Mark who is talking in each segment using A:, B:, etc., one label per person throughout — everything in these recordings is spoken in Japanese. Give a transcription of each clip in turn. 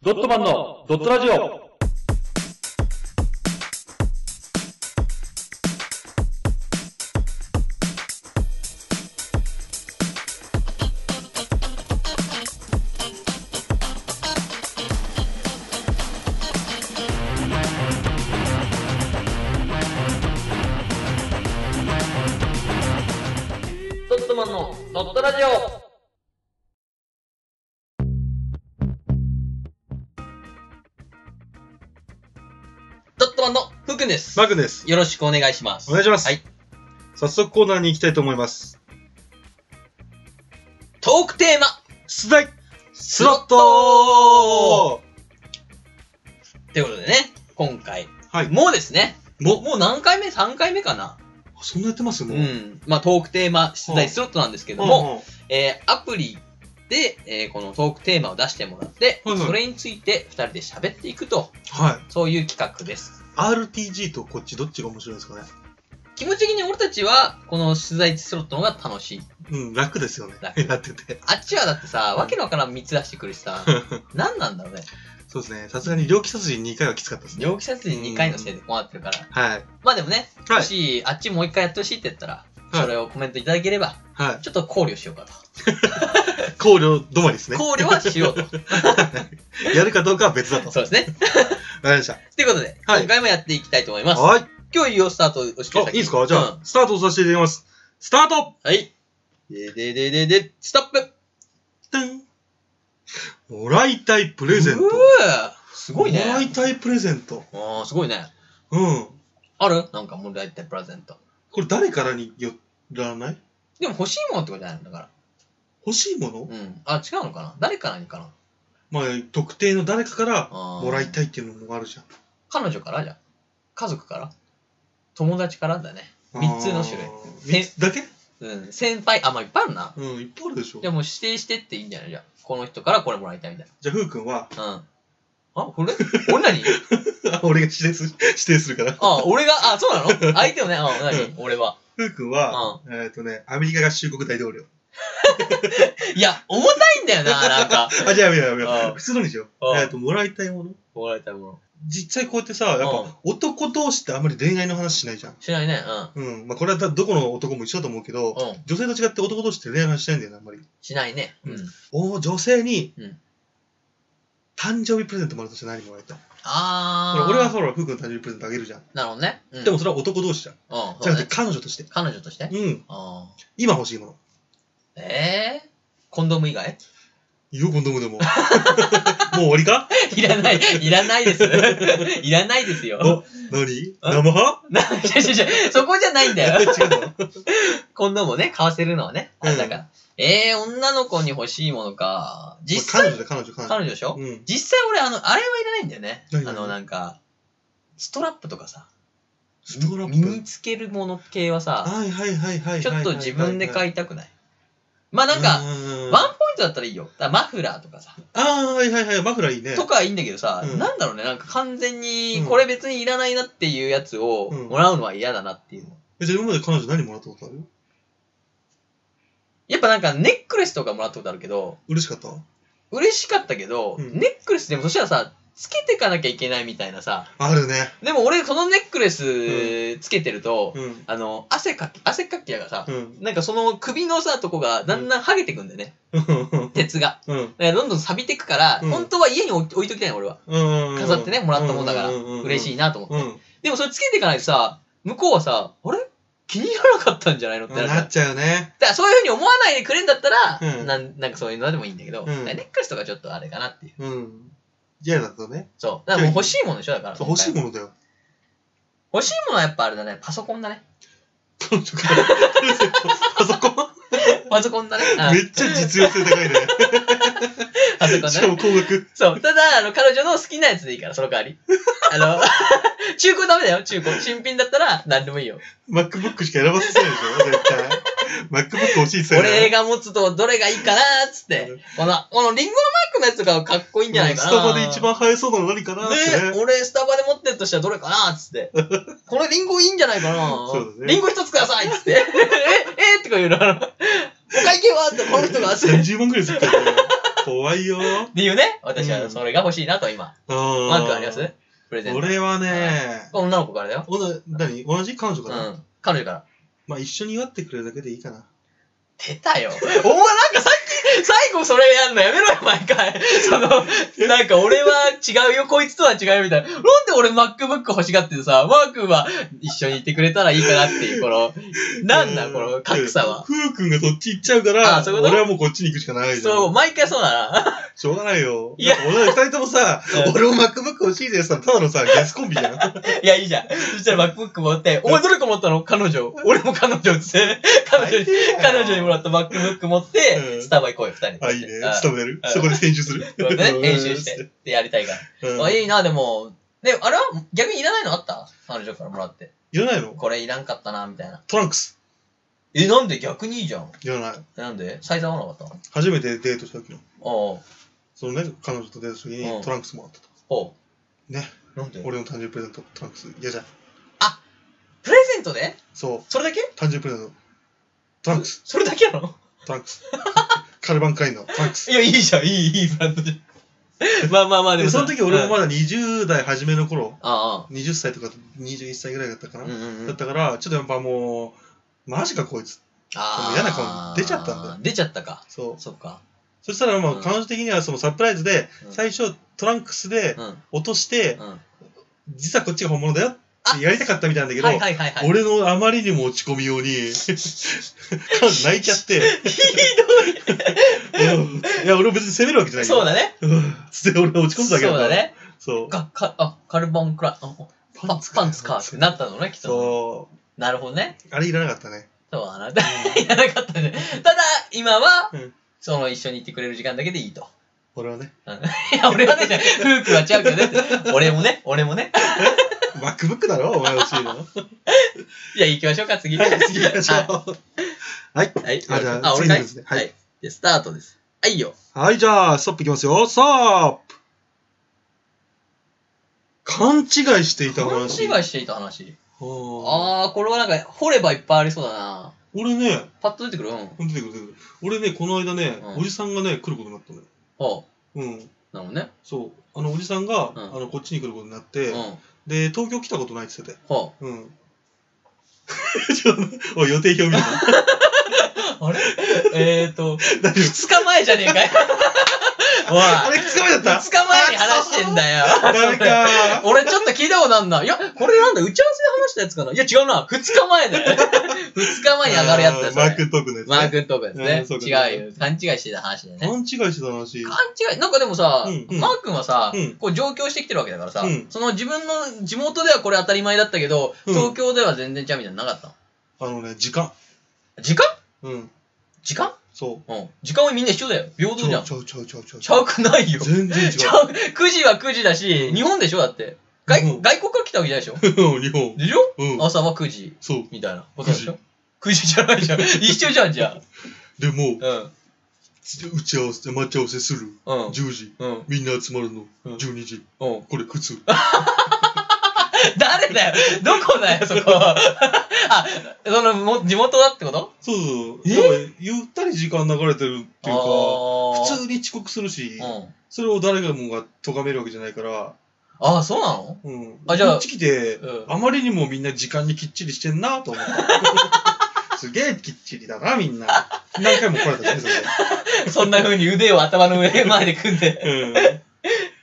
A: ドットマンのドットラジオ
B: ドットマンのドットラジオドットマンのふうくんです。
C: マグです。
B: よろしくお願いします。
C: お願いします。
B: はい。
C: 早速コーナーに行きたいと思います。
B: トークテーマ
C: 出題ス
B: ロットということでね、今回、
C: はい。
B: もうですね、もう、もう何回目 ?3 回目かな
C: そんなやってます
B: う
C: もう。うん
B: ん。まあ、トークテーマ出題スロットなんですけども、えーアプリで、えーこのトークテーマを出してもらって、
C: はいはい
B: それについて2人で喋っていくと、
C: はい。
B: そういう企画です。
C: RTG とこっちどっちが面白いですかね。
B: 気持ち的に俺たちは、この取材地スロットの方が楽しい。
C: うん、楽ですよね。
B: 楽
C: やってて。
B: あっちはだってさ、わけのわからん3つ出してくるし さ、何なんだろうね。
C: そうですね。さすがに猟奇殺人2回はきつかったですね。
B: 猟奇殺人2回のせいで困ってるから。
C: はい。
B: まあでもね、
C: は
B: も
C: い。
B: しあっちもう1回やってほしいって言ったら、
C: はい
B: それをコメントいただければ、
C: はい。
B: ちょっと考慮しようかと。
C: 考慮止まりですね。
B: 考慮はしようと。
C: やるかどうかは別だと。わか
B: そうですね。
C: りました。
B: ということで、
C: はい
B: 今回もやっていきたいと思います。
C: はい。
B: 今日いいよ、スタート押して
C: あ、いいですかじゃあ、スタートさせていただきます。スタート
B: うんはい。ででででで、ストップ
C: ドゥンもらいたいプレゼント
B: う。ーすごいね
C: も。らいたいプレゼント。
B: あーすごいね。
C: うん。
B: あるなんかもらいたいプレゼント。
C: これ誰からによらない
B: でも欲しいものってことじゃないんだから。
C: 欲しいもの、
B: うん。あ、違うのかな誰からにかな
C: まあ、特定の誰かから
B: あー
C: もらいたいっていうのもあるじゃん。
B: 彼女からじゃん。家族から友達からだね。三つの種類
C: あー。三つだけ
B: うん。先輩、あ、まあいっぱいあるな。
C: うん、いっぱいあるでしょ。
B: でもう指定してっていいんじゃないじゃん。この人からこれもらいたいみたい
C: じゃあ、ふうくんは、
B: な。うん。あ、俺俺何
C: 俺が指定する指定するから。
B: あ、俺が、あ、そうなの相手をね、あ、何俺は。
C: ふうくんは、えっ、とね、アメリカ合衆国大統領。
B: いや、重たいんだよな、なんか。
C: あ、じゃあやめようやめよ
B: あー
C: う。普通のにしよう
B: あ。ー
C: えっ、と、もらいたいもの
B: もらいたいもの。
C: 実際こうやってさ、やっ
B: うん
C: ぱ男同士ってあんまり恋愛の話しないじゃん。
B: しないね。
C: うん。まあ、これはだどこの男も一緒だと思うけど、
B: うん。うん。
C: 女性と違って男同士って恋愛の話しないんだよね、あんまり。
B: しないね。うん。
C: お女性に、
B: うん
C: 誕生日プレゼントもらうとして何もらえた
B: あー。
C: 俺はほら、ふうくんの誕生日プレゼントあげるじゃん。
B: なるほどね。うん
C: でも、それは男同士じゃん。
B: うんそう
C: じゃ
B: だ
C: な
B: ね
C: くて彼女として。
B: 彼女として
C: うん。
B: あー
C: 今欲しいもの。
B: えーコンドーム以外
C: いいよ、今 度もでも。もう終わりか
B: いらない、いらないです。 いらないですよ。
C: お何
B: あ
C: 生派
B: な、違う違う違うそこじゃないんだ
C: 違
B: よ。
C: うの
B: 今度もね、買わせるのはね、あれだから。えー、女の子に欲しいものか。実
C: 彼
B: 際、
C: 女だ、彼女、彼女。
B: 彼女でしょ
C: うん。
B: 実際俺、あの、あれはいらないんだよね。
C: 何
B: あの、なんか、ストラップとかさ、
C: ストラ
B: 身
C: ッ
B: に
C: プ。
B: つけるもの系はさ、
C: はいはいはいはいはい。
B: ちょっと自分で
C: い
B: 買いたくない。まあな
C: た
B: んか、
C: ん
B: ワンポイントだったらいいよ。だからマフラーとかさ。
C: あーはいはいはい、マフラーいい ね。
B: とかはいいんだけどさ、
C: うん
B: なんだろうね、なんか完全に
C: う、ん
B: これ別にいらないなっていうやつを
C: うん
B: もらうのは嫌だなっていうの。
C: えじゃあ今まで彼女何もらったことある
B: やっぱなんかネックレスとかもらったことあるけど、
C: 嬉しかった
B: 嬉しかったけど、
C: うん
B: ネックレスでもそしたらさ、つけてかなきゃいけないみたいなさ、
C: あるね。
B: でも俺そのネックレスつけてると、
C: うん。
B: あの、汗かき、汗かきやがさ
C: う、ん。
B: なんかその首のさ、とこがだんだん剥げてくんだよね、
C: うん。
B: 鉄が。
C: うん。
B: だからどんどん錆びてくから、
C: うん
B: 本当は家に置い置いときたいの俺は。飾
C: 飾
B: ってね、もらったもんだから、嬉し
C: い。
B: いなと思って。
C: うん。
B: でもそれつけていかないとさ、向こうはさ、あれ気に入らなかったんじゃないのってなるじゃん
C: なっちゃうよね。
B: だからそういうふうに思わないでくれんだったら、
C: うん
B: なんなんかそういうのでもいいんだけど、
C: うん
B: だからネックレスとかちょっとあれかなっていう。
C: うん。嫌だとね。
B: そう。だからもう欲しいものでしょ、だから。
C: そう欲しい
B: の
C: ものだよ。
B: 欲しいものはやっぱあれだね、パソコンだね。
C: 彼女からプレゼントパソコン
B: パソコンだね。うん
C: めっちゃ実用性高いね。
B: パソコン
C: し
B: だ
C: か
B: ね。
C: も高額。
B: そう。ただ、あの、彼女の好きなやつでいいから、その代わ り。あの、 中古ダメだよ、中古。新品だったら何でもいいよ。
C: MacBook しか選ばせてないでしょ、絶対。MacBook 欲しいって言ってた
B: 俺
C: よね
B: が持つとどれがいいかなーっつって
C: う。
B: この、このリンゴのマークのやつとかはかっこいいんじゃないかな。
C: スタバで一番映えそうなの何かなっ
B: ね
C: てね。
B: 俺スタバで持ってるとしたらどれかなっつ って。これリンゴいいんじゃないかな
C: そうだね
B: リンゴ一つくださいっ つって。え、ええとか言うの。あのお会計はってこの人がっつって。
C: 30万くらいするからね。怖いよ。うん。
B: ていうね、私
C: う
B: は
C: ん
B: それが欲しいなと今。マ
C: マ
B: ークありますプレゼント。
C: 俺はね、
B: 女の子からだよ。
C: おな何同じ彼女
B: う
C: かな、
B: ん。彼女から。
C: まあ一緒に祝ってくれるだけでいいかな。
B: 出たよ。お前なんかさっき、最後それやんのやめろよ、毎回。その、なんか俺は違うよ、こいつとは違うよ、みたいな。なんで俺 MacBook 欲しがっててさ、マー君は一緒にいてくれたらいいかなっていう、この、なんだ、
C: う
B: この格差は。
C: ふうくんがそっち行っちゃうから、
B: あそういうこと
C: 俺はもうこっちに行くしかないじゃん。
B: そう、毎回そうだ な。
C: しょうがないよ。
B: いや
C: だって俺ら二人ともさ
B: う、ん
C: 俺も MacBook 欲しいですさ、ただのさ、ゲスコン ビじゃん。
B: いや、いいじゃん。そしたら MacBook 持って、お前どれか持ったの彼女。俺も彼女っつって。彼女に、彼女にもらった MacBook 持って、
C: うん
B: スタバ行こうよ、二人で。
C: あ、いいね。
B: あ
C: スタブ出る
B: あ。
C: そこで編集する。
B: そうだね、編集して。で、やりたいから。
C: うん。
B: あいいな、でも。で、あれは逆にいらないのあった彼女からもらって。
C: いらないの
B: これいらんかったな、みたいな。
C: トランクス。
B: え、なんで逆にいいじゃん。
C: いらない。
B: えなんでサイズ合わなかったの
C: 初めてデートした時の。
B: おう
C: そのね、彼女とデートした時
B: うん
C: にトランクスもらったと。
B: おう
C: ね。
B: なんで
C: 俺の誕生日プレゼント、トランクス。いやじゃん。
B: プレゼントで
C: そう。
B: それだけ
C: 誕生日プレゼント。トランクス。
B: それだけなの
C: トランクス。 カルバンカインのトランクス。
B: いや、いいじゃん。いい、いいブランドじゃ ん。まあまあまあ、で
C: で、
B: もさ
C: その時俺も
B: うん
C: まだ20代初めの頃、
B: あ
C: 20歳とか21歳ぐらいだったか
B: あ。う。
C: な
B: んうんう
C: だっ
B: ん。
C: たから、ちょっとやっぱもう、マジかこいつ。
B: ああ。
C: もう嫌な顔出ちゃったんだよ
B: 出ちゃったか。
C: そう。
B: そっか。
C: そしたら、まあ、
B: うん
C: 彼女的にはそのサプライズで、
B: うん
C: 最初トランクスで
B: うん。うん。
C: 落として、実はこっちが本物だよってやりたかったみたいなんだけど、
B: はいはいはいはい。
C: 俺のあまりにも落ち込みように、彼女泣いちゃって、うんいや、俺は別に責めるわけじゃないよ
B: そうだね。
C: うんつって俺は落ち込んだだけ
B: そうだ
C: ど、
B: ね。
C: そう。
B: か、か、あ、カルボンクラ、あパンツか。パンツかってなったのね、きっと。
C: そ
B: なるほどね。
C: う。あれいらなかったね。
B: そうだな。 いらなかったね。ただ、今は
C: うん、
B: その一緒にいてくれる時間だけでいいと。
C: 俺はね、
B: うんいや、俺は ね、夫婦は違うけどね。俺もね、俺もね。
C: MacBook だろお前欲しいの。はい、
B: じゃあ行きましょうか、次。
C: 次行きましょう。はい。
B: はい。
C: あじゃあ
B: あ、俺
C: 次
B: か
C: の
B: い
C: やつね
B: は
C: はい
B: い。で、スタートです。はいよ。
C: はい、じゃあ、ストップいきますよ。ストップ勘違いしていた
B: 勘違い
C: 話。
B: していた話。
C: あ
B: あ
C: あ。
B: ー、これはなんか、掘ればいっぱいありそうだな。
C: 俺ね、
B: パッと出てくるうん。
C: 出てくる出てくる。俺ね、この間ね、
B: うん
C: おじさんがね、来ることになったのよ。
B: ほ
C: うん。
B: う。なるほどね。
C: そう。あの、おじさんが、
B: ん
C: あの、こっちに来ることになって、
B: うん。
C: で、東京来たことないって言ってて。
B: ほ
C: うん。 ちょっと、おい予定表見るな。
B: う。あれ えーと、
C: 大丈夫。
B: 二日前じゃねえかよ。おい。
C: あれ、2日目だっ
B: 二
C: た
B: 日前に話してんだよ。
C: ダメか
B: 俺ちょっと聞いたことあんな。いや、これなんだ、打ち合わせで話したやつかな。いや、違うな。二日前だよ。二日前に上がるやつだよ。
C: あー
B: そ
C: マ
B: れ
C: ークトークのやつ、ね。
B: マークトーク
C: うん
B: です
C: そうか
B: ね。違うよ。勘違いしてた話だよね。
C: 勘違いしてた話。
B: 勘違い。なんかでもさ、
C: うんうん
B: マー君はさ、
C: うん
B: こう上京してきてるわけだからさ、
C: うん
B: その自分の地元ではこれ当たり前だったけど、
C: うん
B: 東京では全然ちゃうみたいなのなかったの。
C: あのね、時間。
B: 時間
C: うん。
B: 時間
C: そう。
B: うん。時間はみんな一緒だよ。平等じゃん。
C: ちゃうちゃうちゃうちゃう
B: ちゃうくないよ。
C: 全然違う。
B: ちゃう。9時は9時だし、日本でしょだって。外
C: う
B: 国
C: ん
B: 外国から来たわけじゃないでしょ
C: 日本。
B: でしょ
C: うん。
B: 朝は9時
C: そう。
B: みたいなことで しょ ?9 時じゃないじゃん。一緒じゃんじゃん。
C: でも、
B: うん。
C: 打ち合わせ、待ち合わせする。
B: うん。
C: 10時。
B: うん。
C: みんな集まるの。
B: うん
C: 12時。
B: うん。
C: これ普通。
B: 誰だよどこだよそ こあ、その、も地元だってこと
C: そうそう。
B: え
C: なんかゆったり時間流れてるっていうか、
B: 普
C: 普通に遅刻するし、
B: うん。
C: それを誰がもが咎めるわけじゃないから、
B: ああ、そうなの
C: うん。
B: あじゃあ
C: こっち来て、
B: うん
C: あまりにもみんな時間にきっちりしてんなと思った。 すげえきっちりだな、みんな。何回も来られたしね、それ
B: そんな風に腕を頭の上前で組んで、
C: で。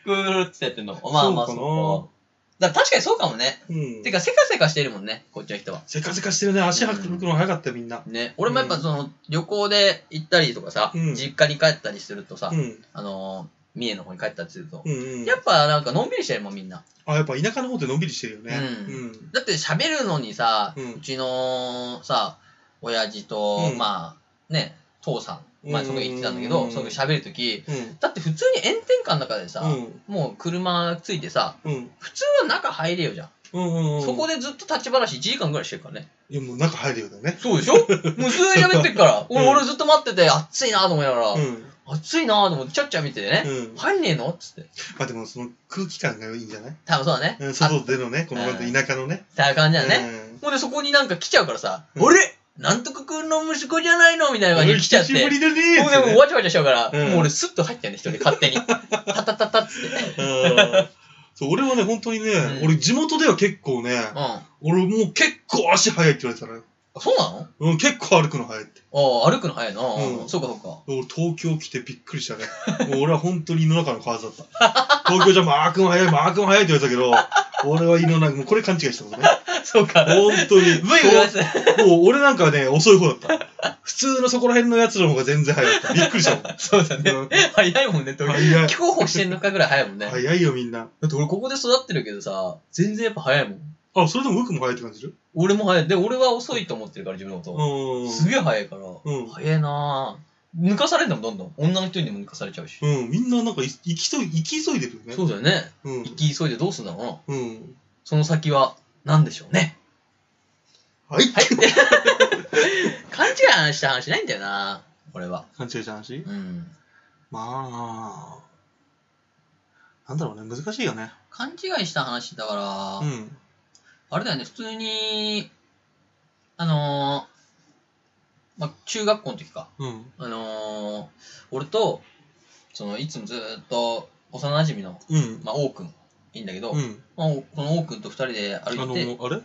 B: ぐーってやってんの。まあまあ、
C: そうかな
B: そうか。だから確かにそうかもね。
C: うん。うん
B: てか、せかせかしてるもんね、こっちの人は。
C: せかせかしてるね。足運ぶの早かったよみんな。
B: ね。俺もやっぱその、旅行で行ったりとかさ、
C: うん
B: 実家に帰ったりするとさ
C: う、ん。
B: あのー、三重の方に帰ったりすると、
C: うんうん。
B: やっぱなんかのんびりしてるもん、みんな。
C: あ、やっぱ田舎の方ってのんびりしてるよね。
B: うん
C: うん。
B: だって喋るのにさ、
C: うん
B: うちのさ、親父と、
C: うん
B: まあ、ね、父さん、まあ、そこ行ってたんだけど、
C: うん
B: そこ喋るとき、
C: うん。
B: だって普通に炎天下の中でさ、
C: うん。
B: もう車ついてさ、
C: うん。
B: 普通は中入れよじゃん。
C: うんうんうん。
B: そこでずっと立ち話1時間ぐらいしてるからね。
C: いや、もう中入るようだね。
B: そうでしょ もうずーっと喋ってるから。
C: うん
B: 俺俺ずっと待ってて、暑いなと思いながら、
C: うん。
B: 暑いなと思って、ちゃっちゃ見ててね、
C: うん。
B: 入んねえのっつって。
C: まあでも、その空気感がいいんじゃない
B: 多分そうだね。
C: うん
B: あ
C: 外でのね、この
B: うん
C: 田舎のね。
B: そういう感じだね。
C: ね。
B: ほんでそこになんか来ちゃうからさ、
C: うん
B: 俺なんとかくんの息子じゃないのみたいな感じで来ちゃって。
C: 久しぶりだね
B: もうでも、わちゃわちゃしちゃうから、
C: うん
B: もう俺スッと入ったよね、一人で勝手に。タタタタ っつって。うん。
C: うんそう俺はね、本当にね、
B: うん
C: 俺地元では結構ね、
B: あ、
C: 俺もう結構足速いって言われてたね。
B: そうなの
C: うん、結構歩くの速いって。
B: ああ、歩くの早いな。
C: うん
B: そうかそうか。
C: 俺東京来てびっくりしたね。もう俺は本当に胃の中の蛙だった。 東京じゃマークも速い、マークも速いって言われたけど、俺は胃の中、もうこれ勘違いしたことね。
B: そうか。
C: 本当に。
B: ブイブイで す。
C: もう俺なんかはね、遅い方だった。普通のそこら辺のやつの方が全然早かった。びっくりしたもん。
B: そうだね
C: うん。
B: 早いもんね、東
C: 早い
B: 京。競歩してんのかぐらい早いもんね。
C: 早いよみんな。
B: だって俺ここで育ってるけどさ、全然やっぱ早いもん。
C: あ、それでも僕も早いって感じる
B: 俺も早い。で、俺は遅いと思ってるから、自分のこ
C: う
B: と。
C: ん。
B: すげえ早いから、
C: うん
B: 早いなぁ。抜かされんだもん、どんどん。女の人にも抜かされちゃうし。
C: うん、みんななんかい生きと、生き急いでるよね。
B: そうだよね。
C: うん。
B: 行き急いでどうすんだろうな。
C: うん。
B: その先は、何でしょうね。
C: はい。
B: はい。 勘違いした話ないんだよな俺は。
C: 勘違いした話
B: うん。
C: まあ、なんだろうね、難しいよね。
B: 勘違いした話だから、
C: うん。
B: あれだよね、普通に、あのー、まあ、中学校の時か。
C: うん。
B: あのー、俺と、その、いつもずーっと、幼馴染の、
C: うん。
B: まあ、王くん、いいんだけど、
C: うん。
B: まあ、おこの王くんと二人で
C: あ
B: 歩いて、
C: の、あれ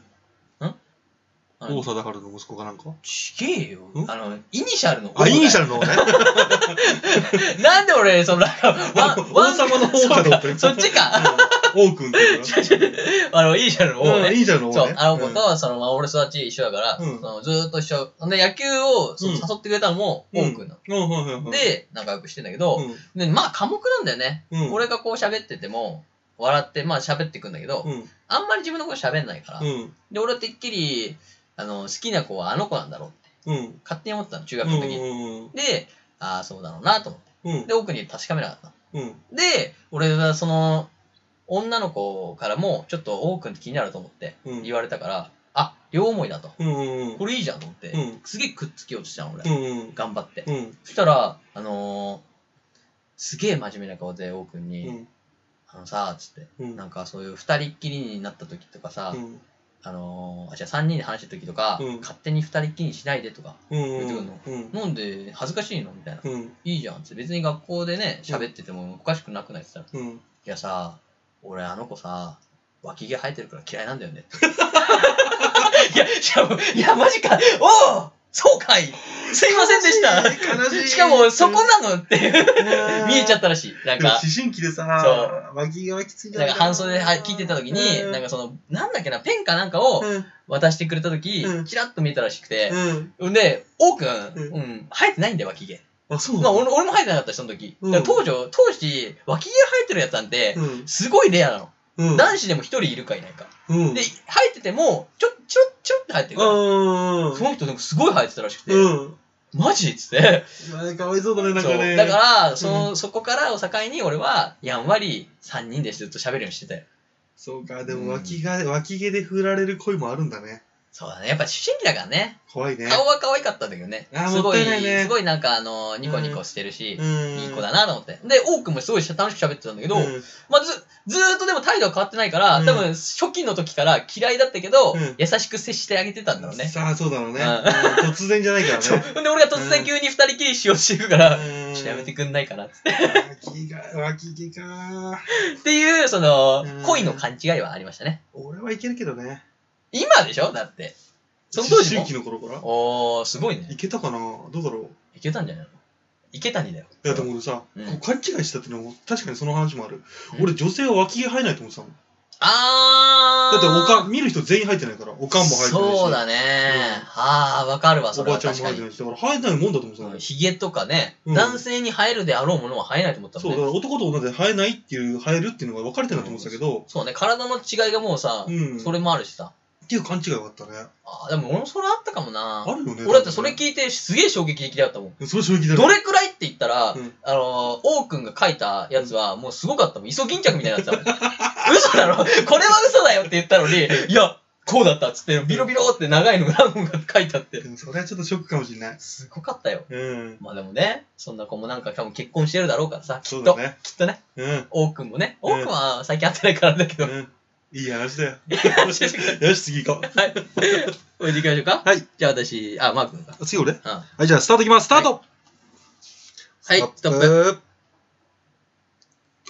B: あ
C: 王
B: の、
C: 貞治の息子かなんか
B: ちげえよ
C: ん。
B: あの、イニシャルの王
C: あ、
B: だよ
C: イニシャルの方ね。
B: なんで俺、 その、なんか、ワン、ワ
C: 王
B: ン
C: 様の方かと思ったよ
B: そうかそっち か。
C: 王くんっていうの
B: あの、イニシャルの王
C: う
B: ね
C: ん。イ。ニシャルの
B: そ
C: 方
B: う
C: ね、。
B: あの子と、その、まあ、俺育ち一緒だから、
C: うん
B: そのずーっと一緒。で、野球をそう
C: うん
B: 誘ってくれたのも、
C: うん
B: オン君な
C: うん。うんはいはいは
B: の。
C: い、
B: で、仲良くしてんだけど、で、まあ、寡黙なんだよね。
C: うん、うん、
B: 俺がこう喋ってても、笑って、まあ、喋ってくんだけど、
C: うん、
B: あんまり自分のこと喋んないから。
C: うん、
B: で、俺はてっきり、あの、好きな子はあの子なんだろうって、
C: うん。
B: 勝手に思ってたの、中
C: う
B: 学
C: ん
B: の時。
C: うん
B: で、ああ、そうだろうなと思って。
C: うん
B: で、奥に確かめなかった。
C: うん
B: で、俺はその、女の子からも、ちょっと、王くんって気になると思って、
C: うん
B: 言われたから、あ、両思いだと。
C: うんうん
B: これいいじゃんと思って、
C: うん
B: すげえくっつけようとしたの、俺。
C: うん
B: 頑張って。
C: うん
B: そしたら、あのー、すげえ真面目な顔で、王くんに、
C: うん
B: あのさ、つって、
C: うん
B: なんかそういう二人っきりになった時とかさ、あのー、あ、じゃあ三人で話した時とか、
C: うん
B: 勝手に二人っきりにしないでとか、
C: うん
B: 言ってくんの
C: うん
B: なんで恥ずかしいのみたいな。
C: うん
B: いいじゃんっつって、別に学校でね、喋っててもおかしくなくないっつったら、
C: うん
B: いやさ、俺あの子さ、脇毛生えてるから嫌いなんだよね。 いや、しかも、いや、マジか。おおそうかいすいませんでした。
C: 悲しい
B: しかも、そこなのっていう
C: うん
B: 見えちゃったらしい。なん
C: でも
B: か
C: 思、春期でさ脇がきつい
B: なんか半袖では聞いてた時に、なん
C: か
B: かその、なんだっけな、ペンかなんかを
C: うん
B: 渡してくれた時
C: うん、
B: チラッと見えたらしくて、
C: うん
B: んで、王くん、
C: う
B: うん、生えてないんだよ、脇毛。
C: あそう
B: まあ、
C: な
B: 俺俺も生えてなかったし、その時。
C: うん
B: だから当時、当時、脇毛生えてるやつなんて、
C: のうん
B: すごいレアなの。
C: うん
B: 男子でも一人いるかいないか。
C: うん
B: で、生えてても、ちょ、ちょろ、ちょろって生えてるから。
C: うん
B: その人なんかすごい生えてたらしくて、
C: うん
B: マジっつって。
C: まあかわいそうだねなんか
B: そう
C: ね
B: だから、その、そこからを境に俺は、やんわり3人でずっと喋るようにしてたよ。
C: そうかでも脇が脇毛で振られる恋もあるんだね
B: そうだね。やっぱ思春期だからね。
C: 怖いね
B: 顔は可愛かったんだけどね。
C: あー
B: すご
C: もったいないね
B: すごいなんかあの、ニコニコしてるし、
C: うん
B: いい子だなと思って。で、多くもすごい楽しく喋ってたんだけど、
C: うん
B: まあ、ず、ずーっとでも態度は変わってないから、
C: うん
B: 多分初期の時から嫌いだったけど、
C: うん
B: 優しく接してあげてたんだろうね。
C: さあそうだろう
B: う
C: ね
B: ん
C: うん突然じゃないからね
B: そう。ほんで、俺が突然急に二人きりしようとしていくから、
C: うん
B: ちょっとやめてくんないかなっつって。
C: 脇が、脇毛か。
B: っていう、その
C: うん、
B: 恋の勘違いはありましたね。
C: 俺はいけるけどね。
B: 今でしょだって。その当時
C: 思
B: も
C: 春期。の頃から
B: おー、すごいね
C: い。けたかなどうだろ
B: いけたんじゃないの池谷だよ。
C: ういや、でも俺さ、
B: うん
C: こう勘違いしたっていうのも、確かにその話もある。
B: うん
C: 俺、女性は脇毛生えないと思ってたもん。
B: あー。
C: だって、おかん、見る人全員生えてないから、おかんも生えてないし。
B: そうだね。あー、わかるわ、
C: お
B: それ
C: ばあ
B: は
C: ちゃんも
B: 確
C: 生
B: か
C: えてな
B: に。
C: いし、だから生えてないもんだと思ってたのよ。
B: ひげとかね、
C: うん
B: 男性に生えるであろうものは生えないと思った
C: そう、
B: も
C: だ
B: んね。
C: から男と女で生えないっていう、生えるっていうのが分かれてないと思ってたけど、
B: そうね、体の違いがもうさ
C: う、ん。
B: それもあるしさ。
C: っていう勘違いがあったね。
B: あー、でも俺もそれあったかもな
C: あ。るよね。
B: 俺だってそれ
C: 多分
B: 聞いてすげえ衝撃的だったもん。
C: ねそれ衝撃だ
B: ど
C: ね。
B: れくらいって言ったら、
C: うん
B: あのー、王くんが書いたやつは、もうすごかったもん。磯銀着みたいになってたもん。嘘だろこれは嘘だよって言ったのに、いや、こうだったっつって、ビロビロって長いのが何本か書いてあって
C: で。もそれはちょっとショックかもしれない。
B: すごかったよ。
C: うん。
B: まあでもね、そんな子もなんか多分結婚してるだろうからさ、き
C: そ
B: っ
C: うだ
B: と、
C: ね。
B: きっとね、
C: うん。
B: 王くんもね、
C: うん
B: 王くんは最近会ってないからだけど、
C: うんいい話だよ。
B: 話してくれ
C: よし、次行こう。
B: はい。置いていきましょうか。
C: はい。
B: じゃあ私、あ、マー君か。
C: 次俺
B: うん。は
C: はい、じゃあスタートいきます。スタート、
B: い、ストップ。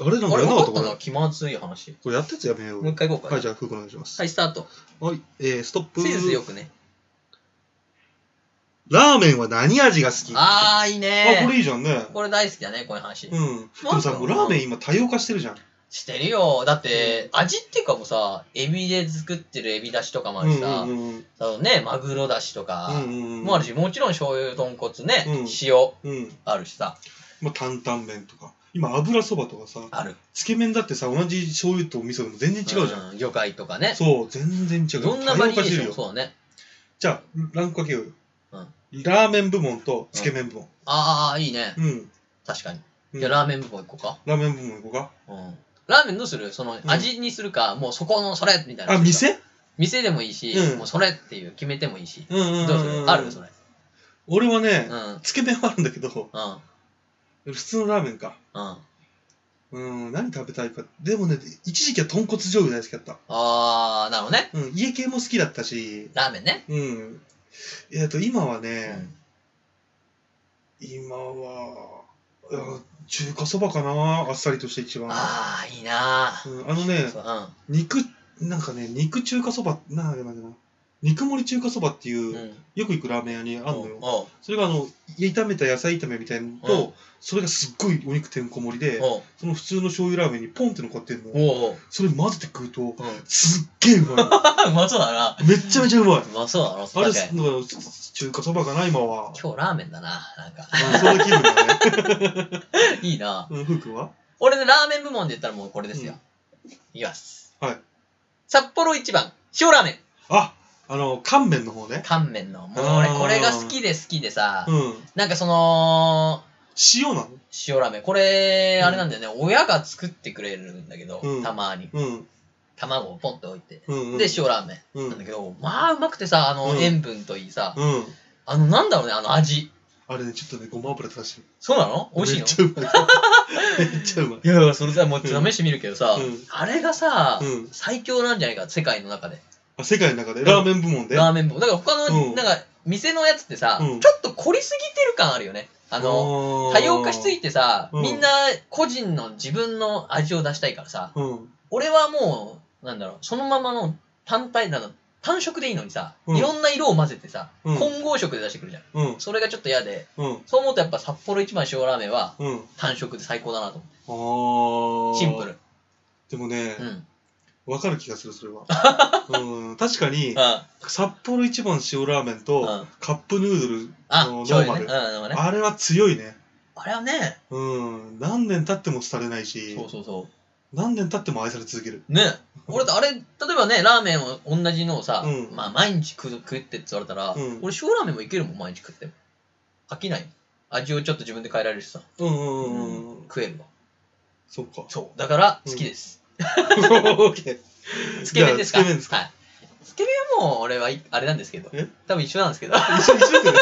C: あれな
B: あ
C: んか
B: れ、
C: やんな
B: 分
C: か
B: か
C: っ
B: ったた
C: かな
B: な。気まずい話。
C: これやったやつやめよう。
B: もう一回行こうか。
C: は
B: は
C: い、じゃあ、ふうくお願いします。
B: い、スタート。
C: はい、えー、ストップ
B: センスよくね。
C: ラーメンは何味が好き
B: あー、いいね
C: あこれ
B: こ
C: いいじゃんね。
B: れ大好きだね、こういう話。
C: うん。でもさ、
B: なん
C: も
B: か
C: うラーメン今多様化してるじゃん。
B: してるよ。だって、味っていうかもうさ、エビで作ってるエビだしとかもあ
C: う
B: る
C: ん
B: しさ、
C: うんうん
B: あのね、マグロだしとか、
C: うんうん。
B: もあるし、もちろん醤油、豚骨ね、
C: うん
B: 塩
C: うん。
B: あるしさ、
C: まあ、担々麺とか。今、油そばとかさ、
B: ある。
C: つけ麺だってさ、同じ醤油とお味噌でも全然違うじゃん。
B: ん。魚介とかね。
C: そう、全然違う。
B: どんなバリエーションも
C: よ。
B: そうだね。
C: じゃあ、ランク分けようよ。
B: うん
C: ラーメン部門とつけ麺部門。
B: ああ、いいね。
C: うん。
B: 確かに。
C: うん
B: じゃあラーメン部門行こうか。
C: ラーメン部門行こうか。
B: うん。ラーメンどうするその
C: ん
B: 味にするか、もうそこのそれみたいな。
C: あ、店
B: 店でもいいし、
C: うん
B: もうそれっていう決めてもいいし。
C: うんうんうんうん
B: どうするあるそれ。
C: 俺はね
B: う、ん。うん。
C: つけ麺はあるんだけど、普通のラーメンか。
B: うん。あ
C: うん、何食べたいか。でもね、一時期は豚骨醤油大好きだった。
B: あー、なるほどね。
C: うん、家系も好きだったし、
B: ラーメンね。
C: うん。えっと、今は
B: う
C: ね、
B: ん
C: 今は、いや中華そばかな、あっさりとして一番。
B: ああ、いいなー
C: うん、あのね、
B: そうう
C: 肉、なんかね、肉中華そば、なんだっけな、肉盛り中華そばっていうう、
B: ん。うん。
C: よく行くラーメン屋にあるのよ。
B: おう
C: それがあの、炒めた野菜炒めみたいのと、
B: う
C: それがすっごいお肉てんこ盛りで、
B: おう
C: その普通の醤油ラーメンにポンって乗っかってんの。
B: おう
C: それ混ぜて食うと、
B: おううん。
C: すっげえうまいの。
B: あうまそうだな。
C: めっちゃめちゃうま
B: う
C: い。
B: まそうだな、そ
C: あれ、
B: れ
C: だ
B: 確か
C: か
B: に。
C: ら中華そばかな、今 は。
B: 今日ラーメンだな、なんか。
C: うんそんな気分だね。
B: いいな。
C: うん、ふうくんは
B: 俺のラーメン部門で言ったらもうこれですよ。いきます。
C: はい。
B: 札幌一番、塩ラーメン。
C: あ、あの、乾麺の方ね。
B: 乾麺の。もう
C: あ
B: 俺
C: ー
B: これが好きで好きでさ、
C: うん。
B: なんかその、
C: 塩なの
B: 塩ラーメン。これ、
C: うん
B: あれなんだよね、親が作ってくれるんだけど、
C: うん
B: たまに。
C: うん。
B: 卵をポンと置いて。
C: うん、うん。
B: で、塩ラーメ
C: う
B: ン
C: ん
B: なんだけど、まあうまくてさ、あ
C: う
B: の、
C: ん
B: 塩分といいさ、
C: うん。
B: あの、なんだろうね、あの味。
C: あれね、ちょっとね、ごま油垂らしてる。
B: そうなの美味しいの
C: めっちゃうまい。 めっちゃうまい。
B: いやいや、それさ、もう試
C: うん
B: してみるけどさ、
C: うん
B: あれがさ、
C: うん
B: 最強なんじゃないか、世界の中で。
C: あ、世界の中で、ラーメン部門で。
B: ラーメンも。だから他の、
C: うん
B: なんか、店のやつってさ、
C: うん
B: ちょっと凝りすぎてる感あるよね。あの、
C: の
B: 多様化しすぎてさ、
C: うん
B: みんな個人の自分の味を出したいからさ、
C: うん。
B: 俺はもう、なんだろう、そのままの単体なの、単色でいいのにさ、
C: うん
B: いろんな色を混ぜてさ、
C: うん
B: 混合色で出してくるじゃん。
C: うん。
B: それがちょっと嫌で、
C: うん。
B: そう思うとやっぱ札幌一番塩ラーメンは
C: うん。
B: 単色で最高だなと思
C: あー
B: う。シンプル。
C: でもね
B: う、ん。
C: わ、かる気がする、そ れは。うん。確かに、
B: あ、
C: 札幌一番塩ラーメンと、
B: うん
C: カップヌードル
B: あ、
C: の
B: 醤
C: ノー
B: 油
C: マ
B: ね。
C: ル、
B: うん、でもね。
C: あれは強いね。
B: あれはね、
C: うん。何年経っても廃れないし、
B: そうそうそう。
C: 何年経っても愛され続ける。
B: ね俺とあれ例えばねラーメンを同じのをさ、
C: うん
B: まあ、毎日食う食ってって言われたら、
C: うん
B: 俺塩ラーメンもいけるもん毎日食っても飽きない味をちょっと自分で変えられるしさ、
C: うんうんうんうん。
B: 食えるわ
C: そっか。
B: そうだから
C: う
B: 好
C: ん
B: きです、
C: オーケー
B: つけ麺ですか
C: じゃあつけ麺ですか
B: はい、つけ麺はもう俺はいあれなんですけど
C: え
B: 多分一緒なんですけどあ
C: 一緒一緒 ですよね。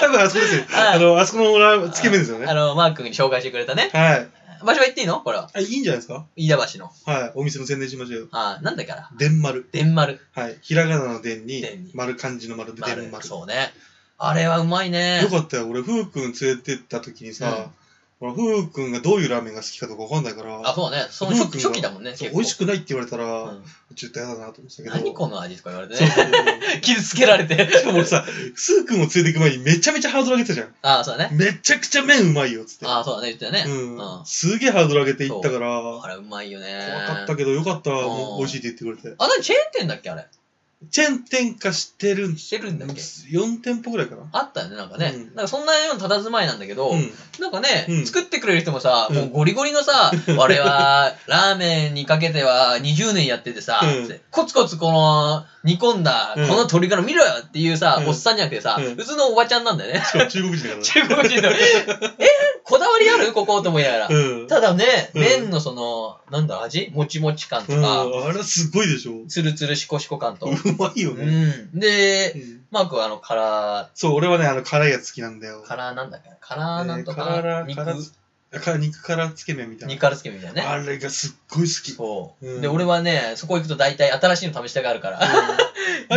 C: 多分あそこですよ。
B: はい
C: あの、あそこの裏つけ麺ですよね。
B: のマー君に紹介してくれたね
C: はい。
B: 場所は言っていいのこれは
C: あ、いいんじゃないですか
B: 飯田橋の
C: はい。お店の宣伝しましょうよ。
B: あなんだから
C: でん丸。
B: 伝丸
C: はい。ひらがなのでんに
B: でんに、
C: 丸漢字の丸ででん丸。よ
B: そうねあれはうまいね
C: かったよ。俺、ふうくん連れてった時にさ、ほらふうくんがどういうラーメンが好きかとかわかんないから、
B: あそうねその
C: ふう
B: 初
C: くんが
B: 初期だもんね
C: そう
B: 結構
C: 美味しくないって言われた
B: う
C: ら、
B: ん
C: ちょっとやだなと思ってたけど。
B: 何この味とか言われて
C: そう
B: ね
C: そうそ う。
B: 傷つけられて。
C: でも俺さ、スー君を連れて行く前にめちゃめちゃハードル上げてたじゃん。
B: ああ、そうだね。
C: めちゃくちゃ麺うまいよっつって。
B: ああ、そうだね。言ってた
C: う
B: ね。
C: ん
B: う。ん
C: すげえハードル上げて行ったから、
B: あ
C: 怖
B: れ、うまいよね。
C: かったけどよかったわ、
B: う
C: もう
B: ん
C: 美味しいって言ってくれて。
B: あ、なにチェーン店だっけあれ。
C: チェーン店化してるん
B: してるんだっけ
C: 4店舗ぐらいかな。
B: あったよね、なんかね。
C: うん
B: なんかそんなような佇まいなんだけど、
C: うん。
B: なんかね、
C: うん
B: 作ってくれる人もさ、
C: うん
B: もうゴリゴリの さ、俺はラーメンにかけては20年やっててさ、
C: うん
B: ってコツコツこの煮込んだ、
C: うん
B: この鶏から見ろよっていうさ、
C: うん
B: おっさんじゃなくてさ、
C: うん
B: 普通のおばちゃんなんだよね。
C: しかも中国人 だからね。
B: 中国 人の。えこだわりあるここと思いながら。
C: うん。
B: ただね、
C: うん
B: 麺のその、なんだろう、味もちもち感とか、
C: うん。あれすごいでしょ。
B: つるつるしこしこ感と。
C: うまいよ
B: う
C: ね。
B: ん。
C: う
B: で、
C: ん
B: マークはあの、辛、
C: そう、俺はね、あの、辛いやつ好きなんだよ。
B: 辛なんだっけ辛なんと
C: えー
B: か、
C: 辛辛
B: 肉。
C: やから肉からつけ麺みたいな
B: ニカルスケみたいなね。
C: あれがすっごい 好き、
B: そう、
C: うん
B: で、俺はね、そこ行くと大体新しいの試したがあるから。
C: あ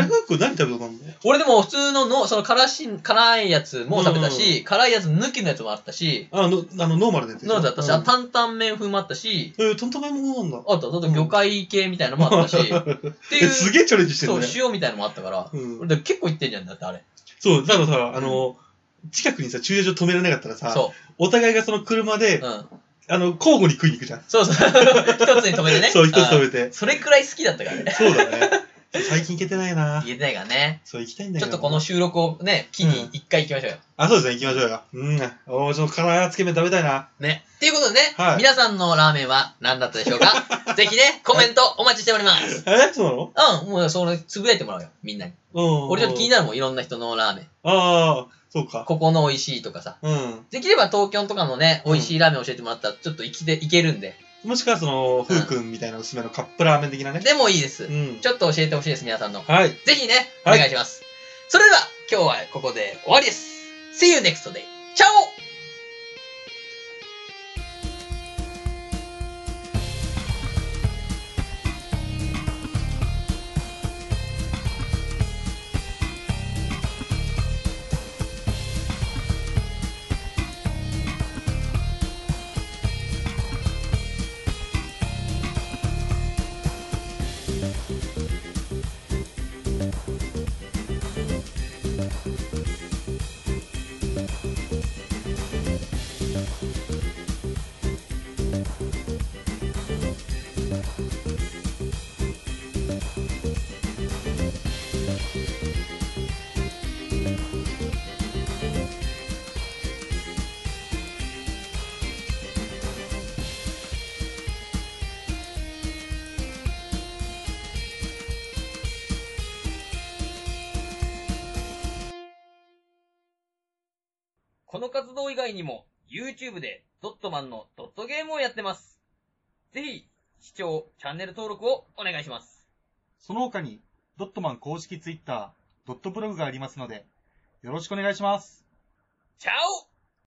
C: れマック何食べたことあるの
B: 俺でも普通のの、その辛し、辛いやつも食べたし、辛いやつ抜きのやつもあったし、
C: あのあのノーマルでやって
B: ノーズあったし、あ
C: た
B: 担々麺風もあったし、
C: えー、トントン麺もなんだ
B: あと、あと魚介系みたいなのもあった し、ってい
C: え
B: う、
C: すげえチャレンジして
B: そ
C: る
B: う
C: ね、
B: 塩みたいなのもあったから、
C: うん
B: 俺だから結構行ってんじゃん、だってあれ。
C: そう、だからさ、あの、近くにさ、駐車場止められなかったらさ、
B: そ
C: お互いがその車
B: う。
C: で、
B: うん。
C: あの、交互に食いに行くじゃん。
B: そう そう。一つに止めてね。
C: そう、一つ止
B: て。
C: めて。
B: それくらい好きだったからね。
C: そうだね。最近行けてないな
B: 言えてないからね。
C: そう、行きたいんだ
B: ち
C: け
B: ょっ
C: ど。
B: とこの。収録をね、機に一回行きましょうよ。
C: あ、そうですね、行きましょうよ。うん。おー、ちょっと辛つけ麺食べたいな。
B: ね。っていうことでね、
C: はい
B: 皆さんのラーメンは何だったでしょう かぜひね、コメントお待ちしております。
C: え、そうなの
B: うん、もうその、つぶやいてもらうよ、みんなに。
C: うん。
B: 俺ちょっと気に
C: な
B: な
C: る。
B: るもん、いろんな人のラーメン。
C: ああ、そうか。
B: ここの美味しいとかさ。
C: うん。
B: できれば東京とかのね、
C: うん
B: 美味しいラーメン教えてもらったら、ちょっと行きで、行けるんで。
C: もしくは、その、ふうくんみたいなおすすめのカップラーメン的なね。
B: でもいいです
C: う。ん
B: ち。ょっと教えてほしいです、皆さんの。
C: はい。
B: ぜひね、お
C: はい
B: 願いします。それでは、今日はここで終わりです。See you next day. チャオこの活動以外にも、YouTube でドットマンのドットゲームをやってます。ぜひ、視聴、チャンネル登録をお願いします。
D: その他に、ドットマン公式ツイッター、ドットブログがありますので、よろしくお願いします。
B: チャオ